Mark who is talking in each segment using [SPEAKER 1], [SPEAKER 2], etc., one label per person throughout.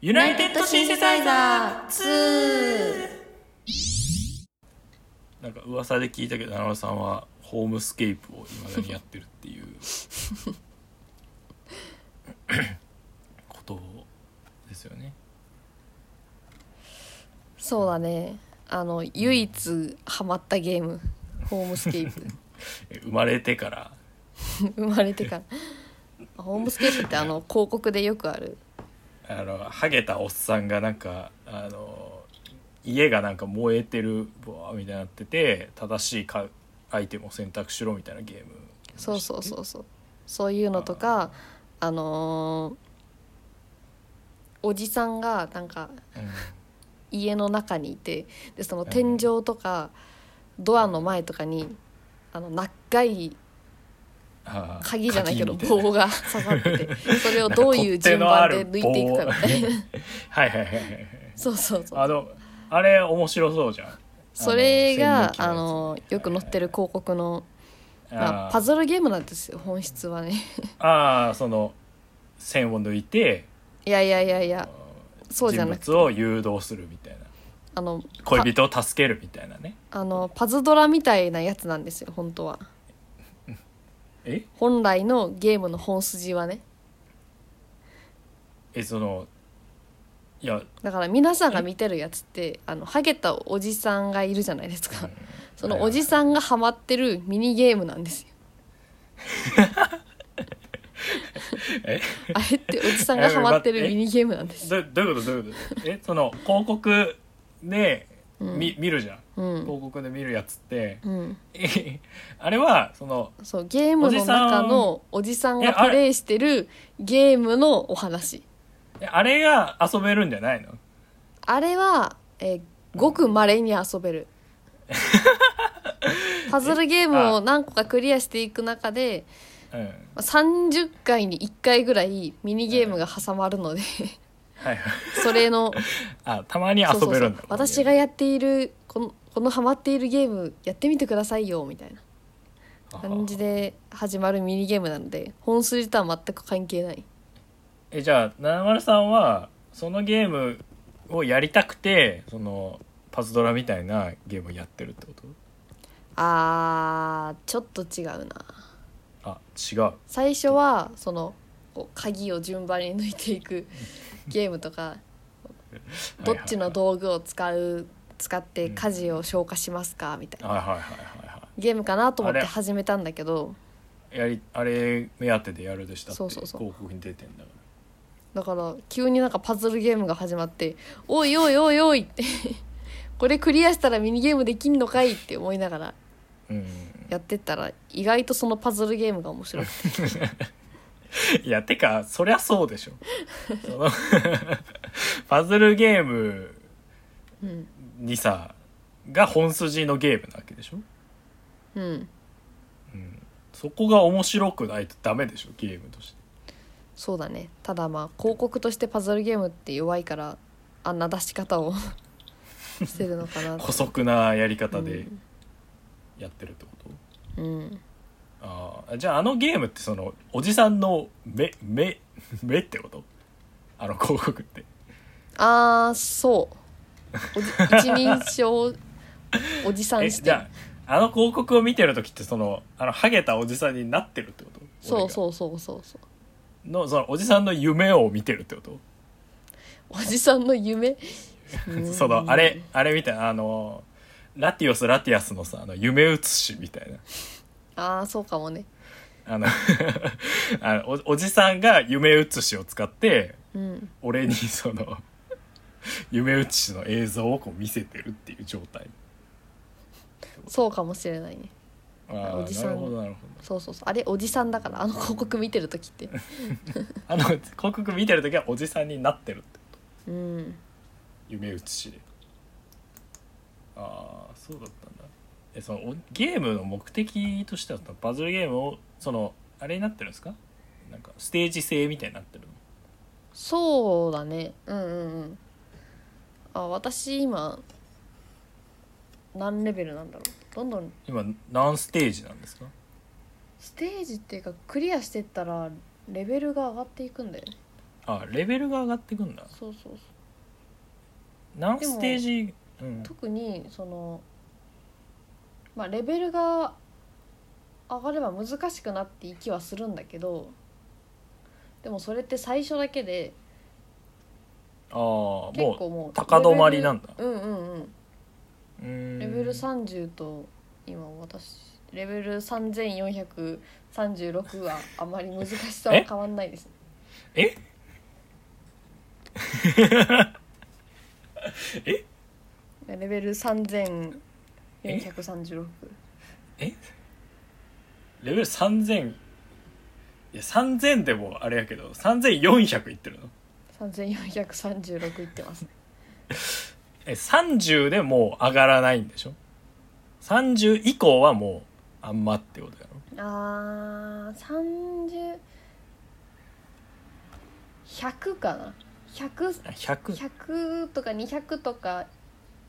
[SPEAKER 1] ユナイテッドシンセサイザー2
[SPEAKER 2] なんか噂で聞いたけど七尾さんはホームスケープをいまだにやってるっていうことですよね
[SPEAKER 1] そうだねあの唯一ハマったゲームホームスケ ープ
[SPEAKER 2] え生まれてから
[SPEAKER 1] 生まれてからホームスケープってあの広告でよくある
[SPEAKER 2] あのハゲたおっさんがなんかあの家がなんか燃えてるボワーみたいになってて正しいかアイテムを選択しろみたいなゲーム
[SPEAKER 1] そうそうそうそうそういうのとかあのーおじさんがなんか
[SPEAKER 2] うん
[SPEAKER 1] 家の中にいてでその天井とかドアの前とかにあの長い
[SPEAKER 2] あー
[SPEAKER 1] 鍵じゃないけど
[SPEAKER 2] 鍵みたいな
[SPEAKER 1] 棒が刺さっててそれをどういう順番で抜いていくかみたいな
[SPEAKER 2] はいはいはいはい
[SPEAKER 1] そうそうそう
[SPEAKER 2] あのあれ面白そうじゃん
[SPEAKER 1] それが
[SPEAKER 2] あの
[SPEAKER 1] あのよく載ってる広告の、まあ、
[SPEAKER 2] あ
[SPEAKER 1] パズルゲームなんですよ本質はね
[SPEAKER 2] あーその線を抜いて
[SPEAKER 1] いやいやいやいやそうじゃ
[SPEAKER 2] 人
[SPEAKER 1] なくて
[SPEAKER 2] 物を誘導するみたいな
[SPEAKER 1] あのパ
[SPEAKER 2] 恋人を助けるみたいなね
[SPEAKER 1] あのパズドラみたいなやつなんですよ本当は
[SPEAKER 2] え
[SPEAKER 1] 本来のゲームの本筋はね
[SPEAKER 2] えそのいや
[SPEAKER 1] だから皆さんが見てるやつってあのハゲたおじさんがいるじゃないですか、 そのおじさんがハマってるミニゲームなんですよ
[SPEAKER 2] え
[SPEAKER 1] あれっておじさんがハマってるミニゲームな んですよ、
[SPEAKER 2] どどういうことどういうことえその広告で
[SPEAKER 1] うん
[SPEAKER 2] 見,、見るじゃん
[SPEAKER 1] うん
[SPEAKER 2] 広告で見るやつって
[SPEAKER 1] うん、
[SPEAKER 2] えあれはその
[SPEAKER 1] そうゲームの中のおじさん
[SPEAKER 2] え
[SPEAKER 1] が
[SPEAKER 2] あ
[SPEAKER 1] プ
[SPEAKER 2] れ
[SPEAKER 1] レイしてるゲームのお話
[SPEAKER 2] えあれが遊べるんじゃないの
[SPEAKER 1] あれは、えーごくまれに遊べ るパズルゲームを何個かクリアしていく中で
[SPEAKER 2] うん
[SPEAKER 1] まあ30回に1回ぐらいミニゲームが挟まる ので
[SPEAKER 2] はいはい
[SPEAKER 1] それの
[SPEAKER 2] あたまに遊
[SPEAKER 1] そうそう
[SPEAKER 2] べ
[SPEAKER 1] そ
[SPEAKER 2] る
[SPEAKER 1] うん
[SPEAKER 2] だ
[SPEAKER 1] 私がやっているこのこのハマっているゲームやってみてくださいよみたいな感じで始まるミニゲームなので本筋とは全く関係ない
[SPEAKER 2] えじゃあ70さんはそのゲームをやりたくてそのパズドラみたいなゲームをやってるってこと
[SPEAKER 1] あーちょっと違うな
[SPEAKER 2] あ違う
[SPEAKER 1] 最初はそのこう鍵を順番に抜いていくゲームとかどっちの道具を使う使って家事を消化しますかみたいな
[SPEAKER 2] はいはいはいはいは
[SPEAKER 1] ゲームかなと思っ
[SPEAKER 2] あ
[SPEAKER 1] て
[SPEAKER 2] れ
[SPEAKER 1] 始めたんだけど
[SPEAKER 2] いやりあれ目当てでやるでしたって
[SPEAKER 1] そうそうそう
[SPEAKER 2] 広告に出てんだか
[SPEAKER 1] だから急になんかパズルゲームが始まって「おいおいおいおい」って これクリアしたらミニゲームできんのかいって思いながら
[SPEAKER 2] らうん
[SPEAKER 1] やってったら意外とそのパズルゲームが面白く て
[SPEAKER 2] いやてかそりゃそうでしょその パズルゲーム
[SPEAKER 1] うん
[SPEAKER 2] にさが本筋のゲームなわけでしょ
[SPEAKER 1] うん
[SPEAKER 2] そこが面白くないとダメでしょゲームとして
[SPEAKER 1] そうだねただまあ広告としてパズルゲームって弱いからあんな出し方を してるのか な
[SPEAKER 2] 古速なやり方
[SPEAKER 1] う
[SPEAKER 2] でやってるってこと、
[SPEAKER 1] うん
[SPEAKER 2] ああじゃああのゲームってそのおじさんの目目目ってことあの広告って
[SPEAKER 1] あーそうおじ一人 称おじさん
[SPEAKER 2] え
[SPEAKER 1] し
[SPEAKER 2] じ
[SPEAKER 1] て
[SPEAKER 2] ゃああの広告を見てる時ってそのあのハゲたおじさんになってるってこと
[SPEAKER 1] そう
[SPEAKER 2] う
[SPEAKER 1] そうそうそうそう
[SPEAKER 2] のそのおじさんの夢を見てるってこと、
[SPEAKER 1] おじさんの夢う ん
[SPEAKER 2] そのあれあれみたいなあのラティオスラティアスのさあの夢写しみたいな
[SPEAKER 1] ああそうかもね
[SPEAKER 2] あの あのおおじさんが夢写しを使って
[SPEAKER 1] うん
[SPEAKER 2] 俺にその夢写しの映像をこう見せてるっていう状態
[SPEAKER 1] そうかもしれないね
[SPEAKER 2] あ
[SPEAKER 1] お
[SPEAKER 2] あ
[SPEAKER 1] じさん
[SPEAKER 2] なるほどなるほ
[SPEAKER 1] そうそうそうあれおじさんだからあの広告見てる 時って
[SPEAKER 2] どあの広告見てる時はおじさんになってるってこと
[SPEAKER 1] うん
[SPEAKER 2] 夢写しでああそうだったんだえそのおゲームの目的としてはそのパズルゲームをそのあれになってるんですかなんかステージ制みたいになってるの
[SPEAKER 1] そうだねうんうんうんあ私今何レベルなんだろうどんどん
[SPEAKER 2] 今何ステージなんですか
[SPEAKER 1] ステージっていうかクリアしてったらレベルが上がっていくんだよね
[SPEAKER 2] あレベルが上がってくんだ
[SPEAKER 1] そうそうそう
[SPEAKER 2] 何
[SPEAKER 1] でも
[SPEAKER 2] ステージうん
[SPEAKER 1] 特にそのまあレベルが上がれば難しくなっていきはするんだけどでもそれって最初だけで
[SPEAKER 2] ああも
[SPEAKER 1] 結構
[SPEAKER 2] う
[SPEAKER 1] もう
[SPEAKER 2] 高止まりなんだ
[SPEAKER 1] レベルうんうんうん
[SPEAKER 2] うーん
[SPEAKER 1] レベル30と今私レベル3436はあまり難しさは
[SPEAKER 2] え
[SPEAKER 1] 変わんないです
[SPEAKER 2] ええ
[SPEAKER 1] レベル3436
[SPEAKER 2] レベル3000いや3000でもあれやけど3400いってるの
[SPEAKER 1] 3436いってます
[SPEAKER 2] え30でもう上がらないんでしょ30以降はもうあんまってことやろ
[SPEAKER 1] あー30100かな100
[SPEAKER 2] あ100
[SPEAKER 1] 100とか200とか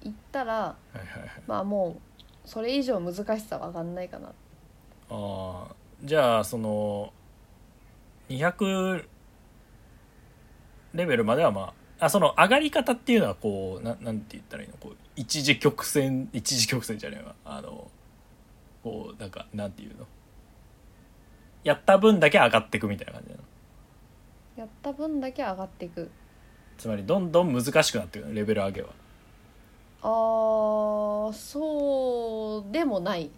[SPEAKER 1] いったら
[SPEAKER 2] はいはいはい
[SPEAKER 1] まあもうそれ以上難しさは上がんないかな
[SPEAKER 2] ああじゃあその200レベルまではまああその上がり方っていうのはこうななんて言ったらいいのこう一時曲線一時曲線じゃないわあのこうなんかなんていうのやった分だけ上がっていくみたいな感じなの
[SPEAKER 1] やった分だけ上がっていく
[SPEAKER 2] つまりどんどん難しくなっていくのレベル上げは
[SPEAKER 1] あーそうでもない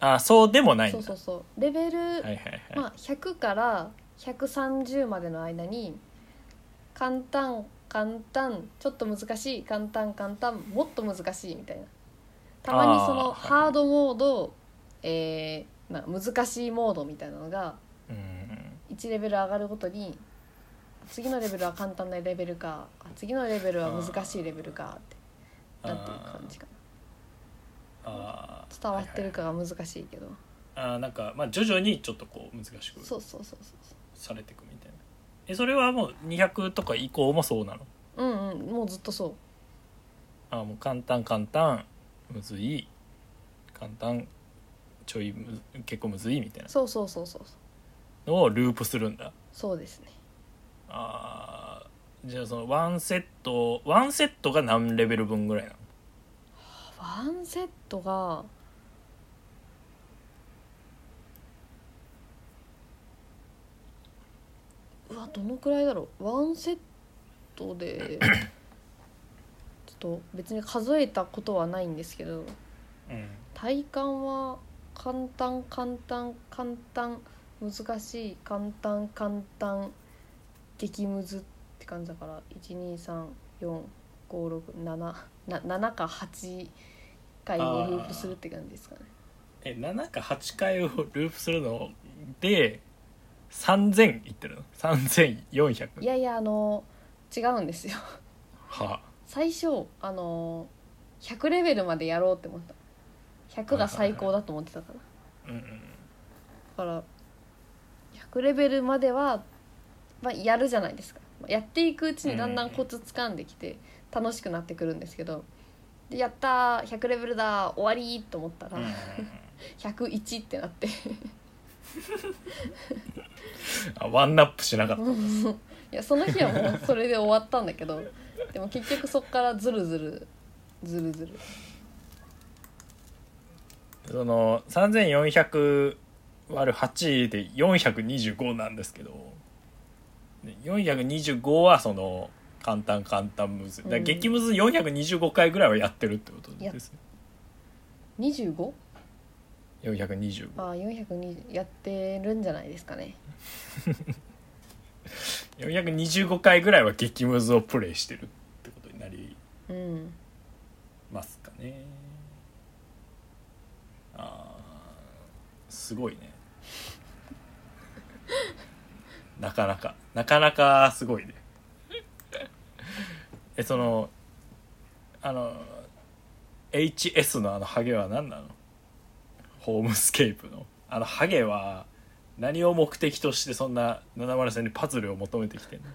[SPEAKER 2] ああそうでもないんだ
[SPEAKER 1] そうそうそうレベル、
[SPEAKER 2] はいはいはい、
[SPEAKER 1] まあ、100から130までの間に簡単簡単ちょっと難しい簡単簡単もっと難しいみたいなたまにそ
[SPEAKER 2] あー
[SPEAKER 1] の
[SPEAKER 2] はい
[SPEAKER 1] ハードモード、えーまあ、難しいモードみたいなのが
[SPEAKER 2] うん
[SPEAKER 1] 1レベル上がるごとに次のレベルは簡単なレベルかあ次のレベルは難しいレベルかってなっていう感じかな
[SPEAKER 2] あー
[SPEAKER 1] 伝わってるかが難しいけど、
[SPEAKER 2] あーなんかまあ徐々にちょっとこう難しく
[SPEAKER 1] そうそうそうそ
[SPEAKER 2] されていくみたいなえそれはもう200とか以降もそうなの
[SPEAKER 1] ううんうんもうずっとそう
[SPEAKER 2] あもう簡単簡単むずい簡単ちょいむず結構むずいみたいな
[SPEAKER 1] そうそうそうそう
[SPEAKER 2] のをループするんだ
[SPEAKER 1] そうですね
[SPEAKER 2] あーじゃあそのワンセットワンセットが何レベル分ぐらいなの
[SPEAKER 1] ワンセットがうわどのくらいだろうワンセットでちょっと別に数えたことはないんですけど
[SPEAKER 2] うん
[SPEAKER 1] 体感は簡単簡単簡単難しい簡単簡単激ムズって感じだから1234567な7か8回をループするって感じですかね
[SPEAKER 2] え7か8回をループするので3000いってるの3400
[SPEAKER 1] いやいやあの違うんですよ
[SPEAKER 2] は
[SPEAKER 1] 最初あの100レベルまでやろうって思った100が最高だと思ってたから
[SPEAKER 2] あ、うんうん、
[SPEAKER 1] だから100レベルまでは、まあ、やるじゃないですかやっていくうちにだんだんコツつかんできて楽しくなってくるんですけどでやったー100レベルだー終わりーと思ったら、
[SPEAKER 2] うんうんうん
[SPEAKER 1] 101ってなってい
[SPEAKER 2] あワンナップしなかった
[SPEAKER 1] やその日はもうそれで終わったんだけどでも結局そこからズルズルズルズル
[SPEAKER 2] その3400割る8で425なんですけどで425はその簡単簡単むずいだから
[SPEAKER 1] うん
[SPEAKER 2] 激ムズ425回ぐらいはやってるってことですね
[SPEAKER 1] 25?
[SPEAKER 2] 425
[SPEAKER 1] ああ420やってるんじゃないですかね
[SPEAKER 2] 425回ぐらいは激ムズをプレイしてるってことになり
[SPEAKER 1] うん
[SPEAKER 2] ますかねあーすごいね なかなかなかなかすごいねえそのあの HS のあのハゲは何なのホームスケープのあのハゲは何を目的としてそんな70さんにパズルを求めてきてんの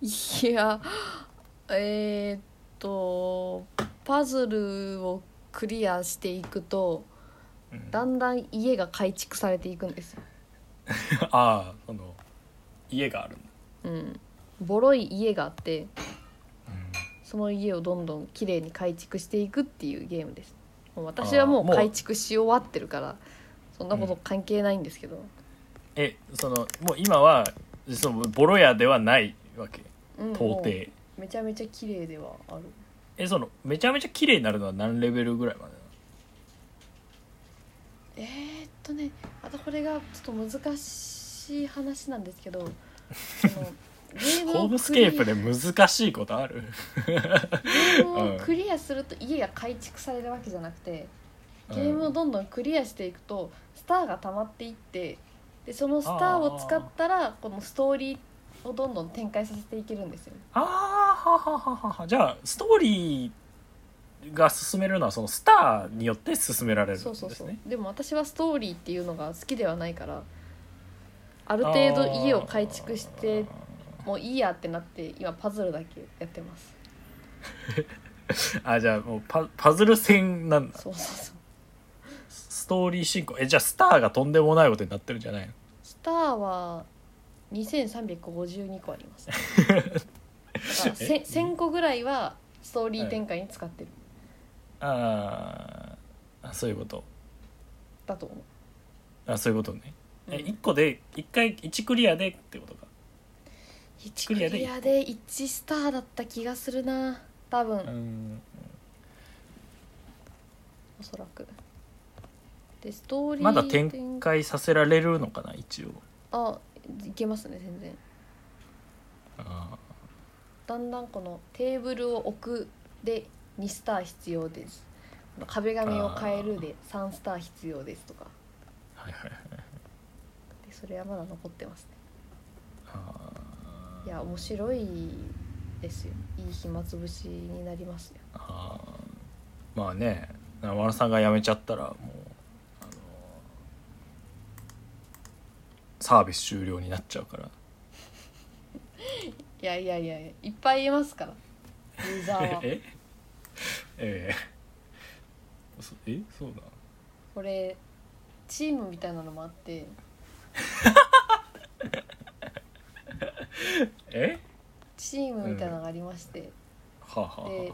[SPEAKER 1] いやえーっとパズルをクリアしていくと
[SPEAKER 2] うん
[SPEAKER 1] だんだん家が改築されていくんですよ、
[SPEAKER 2] ああその家があるんだ
[SPEAKER 1] うん、ボロい家があってその家をどんどん綺麗に改築していくっていうゲームですもう私はも
[SPEAKER 2] あー
[SPEAKER 1] う
[SPEAKER 2] もう
[SPEAKER 1] 改築し終わってるからそんなこと関係ないんですけど、
[SPEAKER 2] えそのもう今はそのボロ屋ではないわけ
[SPEAKER 1] うん
[SPEAKER 2] 到
[SPEAKER 1] も
[SPEAKER 2] 底、
[SPEAKER 1] うめちゃめちゃ綺麗ではある
[SPEAKER 2] えそのめちゃめちゃ綺麗になるのは何レベルぐらいまでなの
[SPEAKER 1] えー、っとねまたこれがちょっと難しい話なんですけ どそのゲーム
[SPEAKER 2] ホー
[SPEAKER 1] を
[SPEAKER 2] ムス
[SPEAKER 1] クリ
[SPEAKER 2] ケ
[SPEAKER 1] ア
[SPEAKER 2] ープで難しいことある
[SPEAKER 1] ゲーム
[SPEAKER 2] う
[SPEAKER 1] を
[SPEAKER 2] ん
[SPEAKER 1] クリアすると家が改築されるわけじゃなくてゲームをどんどんクリアしていくとスターが溜まっていってでそのスターを使ったらこのストーリーをどんどん展開させていけるんですよ。
[SPEAKER 2] あーはははははじゃあストーリーが進めるのはそのスターによって進められるんです
[SPEAKER 1] そ
[SPEAKER 2] ね
[SPEAKER 1] うそうそうでも私はストーリーっていうのが好きではないからある程度家を改築してもういいやってなって今パズルだけやってます
[SPEAKER 2] あじゃあもうパパズル戦なんだ
[SPEAKER 1] そうそうそう
[SPEAKER 2] ストーリー進行えじゃあスターがとんでもないことになってるんじゃないの
[SPEAKER 1] スターは2352個あります だからせ1000個ぐらいはストーリー展開に使ってる
[SPEAKER 2] あーあそういうこと
[SPEAKER 1] だと思う
[SPEAKER 2] あそういうことね、え
[SPEAKER 1] うん
[SPEAKER 2] 1個で1回1クリアでってことか
[SPEAKER 1] 1ク
[SPEAKER 2] ク
[SPEAKER 1] リ
[SPEAKER 2] リ
[SPEAKER 1] ア
[SPEAKER 2] ア
[SPEAKER 1] で
[SPEAKER 2] で
[SPEAKER 1] 1スターだった気がするな多分、
[SPEAKER 2] うん
[SPEAKER 1] おそらくでストーリー
[SPEAKER 2] まだ展開させられるのかな一応
[SPEAKER 1] あいけますね全然
[SPEAKER 2] あ
[SPEAKER 1] だんだんこのテーブルを置くで2スター必要ですこの壁紙を変えるで3スター必要ですとか
[SPEAKER 2] ーはいはいはい
[SPEAKER 1] でそれはまだ残ってますね
[SPEAKER 2] あ
[SPEAKER 1] いや面白いですよいい暇つぶしになりますよ
[SPEAKER 2] ーあーまあね生丸さんが辞めちゃったらもう、あのーサービス終了になっちゃうから
[SPEAKER 1] いやいやいやいやいっぱいいますからユーザーは
[SPEAKER 2] えええそえそうだ
[SPEAKER 1] これチームみたいなのもあって
[SPEAKER 2] え
[SPEAKER 1] チームみたいなのがありまして、
[SPEAKER 2] はあ、はあはあ
[SPEAKER 1] で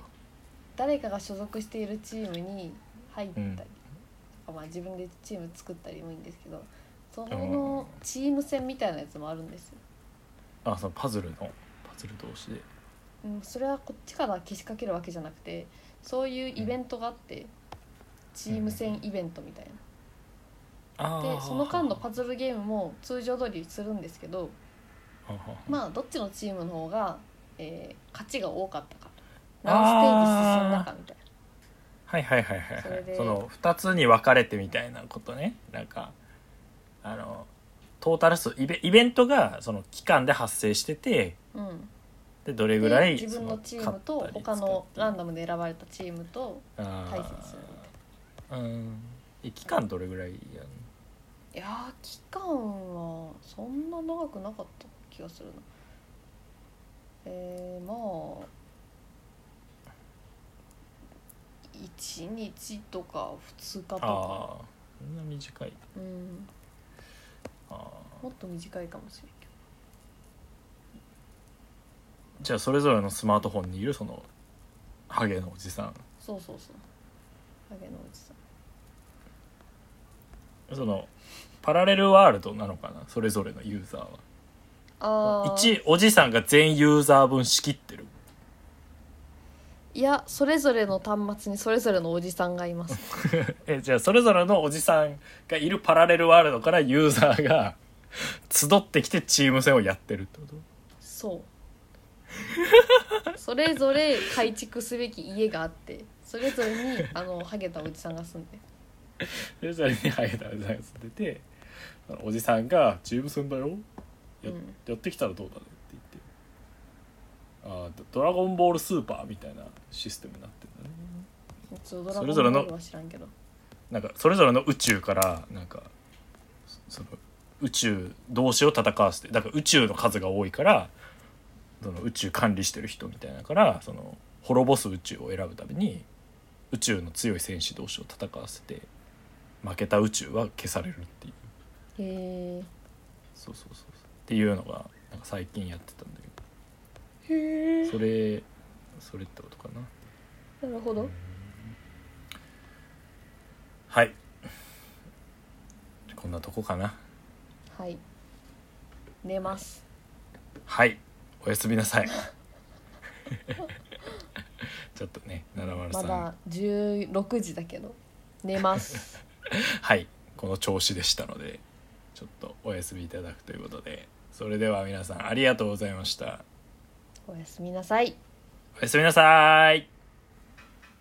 [SPEAKER 1] 誰かが所属しているチームに入った
[SPEAKER 2] う
[SPEAKER 1] り、
[SPEAKER 2] ん
[SPEAKER 1] まあ、自分でチーム作ったりもいいんですけどそ
[SPEAKER 2] うん
[SPEAKER 1] のチーム戦みたいなやつもあるんですよ、
[SPEAKER 2] あそのパズルのパズル同士で
[SPEAKER 1] うん、それはこっちからけしかけるわけじゃなくてそういうイベントがあって、チーム戦イベントみたい
[SPEAKER 2] あ
[SPEAKER 1] な、
[SPEAKER 2] ー
[SPEAKER 1] でその間のパズルゲームも通常通りするんですけど
[SPEAKER 2] はあはあ
[SPEAKER 1] まあどっちのチームの方が、えー勝ちが多かったか何ステージ進んだかみたいな
[SPEAKER 2] はいはいはいはい
[SPEAKER 1] そ
[SPEAKER 2] は
[SPEAKER 1] れ
[SPEAKER 2] い
[SPEAKER 1] で
[SPEAKER 2] その2つに分かれてみたいなことねなんかあのトータル数イベイベントがその期間で発生してて
[SPEAKER 1] うん、
[SPEAKER 2] でどれぐらい
[SPEAKER 1] で自分のチーム
[SPEAKER 2] そ
[SPEAKER 1] と
[SPEAKER 2] 勝った
[SPEAKER 1] 他
[SPEAKER 2] り
[SPEAKER 1] のラン
[SPEAKER 2] ダ
[SPEAKER 1] ダムで選ばれたチームと
[SPEAKER 2] ム
[SPEAKER 1] 対戦するみたい
[SPEAKER 2] うんえ期間どれぐらいやる
[SPEAKER 1] ないやー期間はそんな長くなかった気がするなえー、まあ1日とか2日と
[SPEAKER 2] の
[SPEAKER 1] か
[SPEAKER 2] ああそんな短い
[SPEAKER 1] うん
[SPEAKER 2] あー
[SPEAKER 1] もっと短いかもしれんけど
[SPEAKER 2] じゃあそれぞれのスマートフォンにいるそのハゲのおじさん
[SPEAKER 1] そうそうそう影のおじさん
[SPEAKER 2] そのパラレルワールドなのかなそれぞれのユーザーは
[SPEAKER 1] ああ
[SPEAKER 2] 一おじさんが全ユーザー分仕切ってる
[SPEAKER 1] いやそれぞれの端末にそれぞれのおじさんがいます
[SPEAKER 2] えじゃあそれぞれのおじさんがいるパラレルワールドからユーザーが集ってきてチーム戦をやってるってこと
[SPEAKER 1] そう それぞれ改築すべき家があってそれぞれにあのハゲたおじさんが住んで
[SPEAKER 2] それぞれにハゲたおじさんが住んでてそのおじさんが「チーム戦だよや,、
[SPEAKER 1] うん
[SPEAKER 2] やってきたらどうだね」って言って「あードドラゴンボールスーパー」みたいなシステムになってるんだね
[SPEAKER 1] ちょっとド
[SPEAKER 2] そ
[SPEAKER 1] ラ
[SPEAKER 2] れ
[SPEAKER 1] ゴ
[SPEAKER 2] ぞ
[SPEAKER 1] ン
[SPEAKER 2] れ
[SPEAKER 1] ボ
[SPEAKER 2] の
[SPEAKER 1] ールは知らんけど
[SPEAKER 2] なんかそれぞれの宇宙からなんかそその宇宙同士を戦わせてだから宇宙の数が多いからその宇宙管理してる人みたいなからその滅ぼす宇宙を選ぶために宇宙の強い戦士同士を戦わせて負けた宇宙は消されるっていう
[SPEAKER 1] へえ
[SPEAKER 2] そうそうそうそうっていうのがなんか最近やってたんだけど
[SPEAKER 1] へえ
[SPEAKER 2] それそれってことかな
[SPEAKER 1] なるほど
[SPEAKER 2] はいこんなとこかな
[SPEAKER 1] はい寝ます
[SPEAKER 2] はいおやすみなさい ちょっとね703、
[SPEAKER 1] まだ16時だけど寝ます
[SPEAKER 2] はいこの調子でしたのでちょっとお休みいただくということでそれでは皆さんありがとうございました
[SPEAKER 1] おやすみなさい
[SPEAKER 2] おやすみなさーい